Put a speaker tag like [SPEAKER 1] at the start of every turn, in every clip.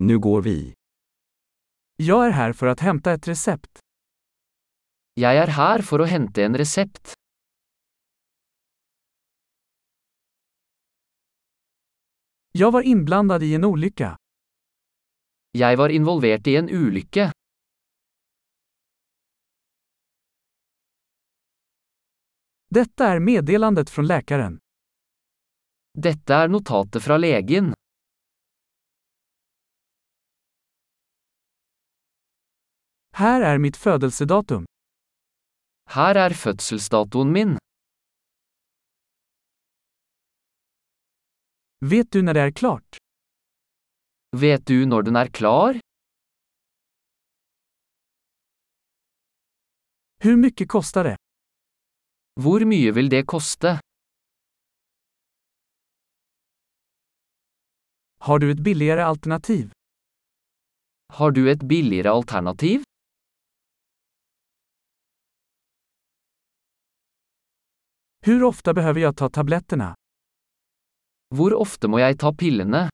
[SPEAKER 1] Nu går vi.
[SPEAKER 2] Jag är här för att hämta ett recept.
[SPEAKER 3] Jeg er her for å hente en resept.
[SPEAKER 2] Jag var inblandad i en olycka.
[SPEAKER 3] Jeg var involvert i en ulykke.
[SPEAKER 2] Detta är meddelandet från läkaren.
[SPEAKER 3] Dette er notatet fra legen.
[SPEAKER 2] Här är mitt födelsedatum.
[SPEAKER 3] Her er fødselsdatoen min.
[SPEAKER 2] Vet du när det är klart?
[SPEAKER 3] Vet du når den er klar?
[SPEAKER 2] Hur mycket kostar det?
[SPEAKER 3] Hvor mye vil det koste?
[SPEAKER 2] Har du ett billigare alternativ?
[SPEAKER 3] Har du et billigere alternativ?
[SPEAKER 2] Hur ofta behöver jag ta tabletterna?
[SPEAKER 3] Hvor ofte må jeg ta pillene?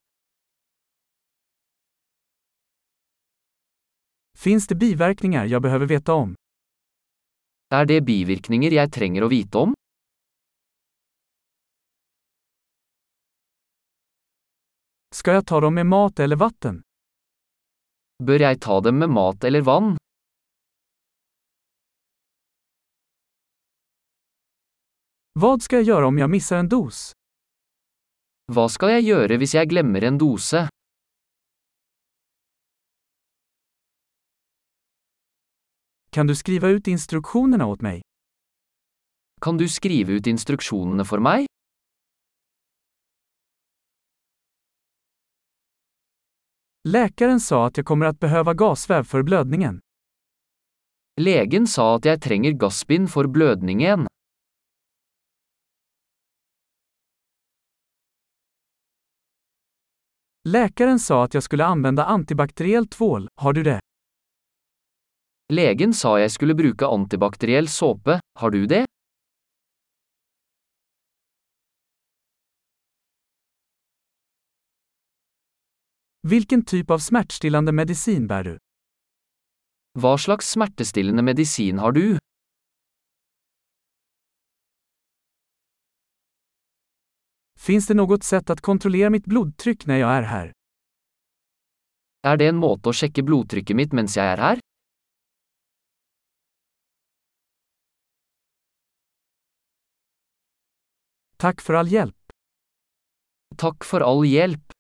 [SPEAKER 2] Finns det biverkningar jag behöver veta om?
[SPEAKER 3] Er det bivirkninger jeg trenger å vite om?
[SPEAKER 2] Ska jag ta dem med mat eller vatten?
[SPEAKER 3] Bør jeg ta dem med mat eller vann?
[SPEAKER 2] Vad ska jag göra om jag missar en dos?
[SPEAKER 3] Hva skal jeg gjøre hvis jeg glemmer en dose?
[SPEAKER 2] Kan du skriva ut instruktionerna åt mig?
[SPEAKER 3] Kan du skrive ut instruksjonene for meg?
[SPEAKER 2] Läkaren sa att jag kommer att behöva gasväv för blödningen.
[SPEAKER 3] Legen sa at jeg trenger gassbind for blødningen.
[SPEAKER 2] Läkaren sa att jag skulle använda antibakteriell tvål, har du det?
[SPEAKER 3] Legen sa jeg skulle bruke antibakteriell såpe, har du det?
[SPEAKER 2] Vilken typ av smärtstillande medicin bär du?
[SPEAKER 3] Hva slags smertestillende medisin har du?
[SPEAKER 2] Finns det något sätt att kontrollera mitt blodtryck när jag är här?
[SPEAKER 3] Er det en måte å sjekke blodtrykket mitt mens jeg er her?
[SPEAKER 2] Tack för all hjälp.
[SPEAKER 3] Takk for all hjelp.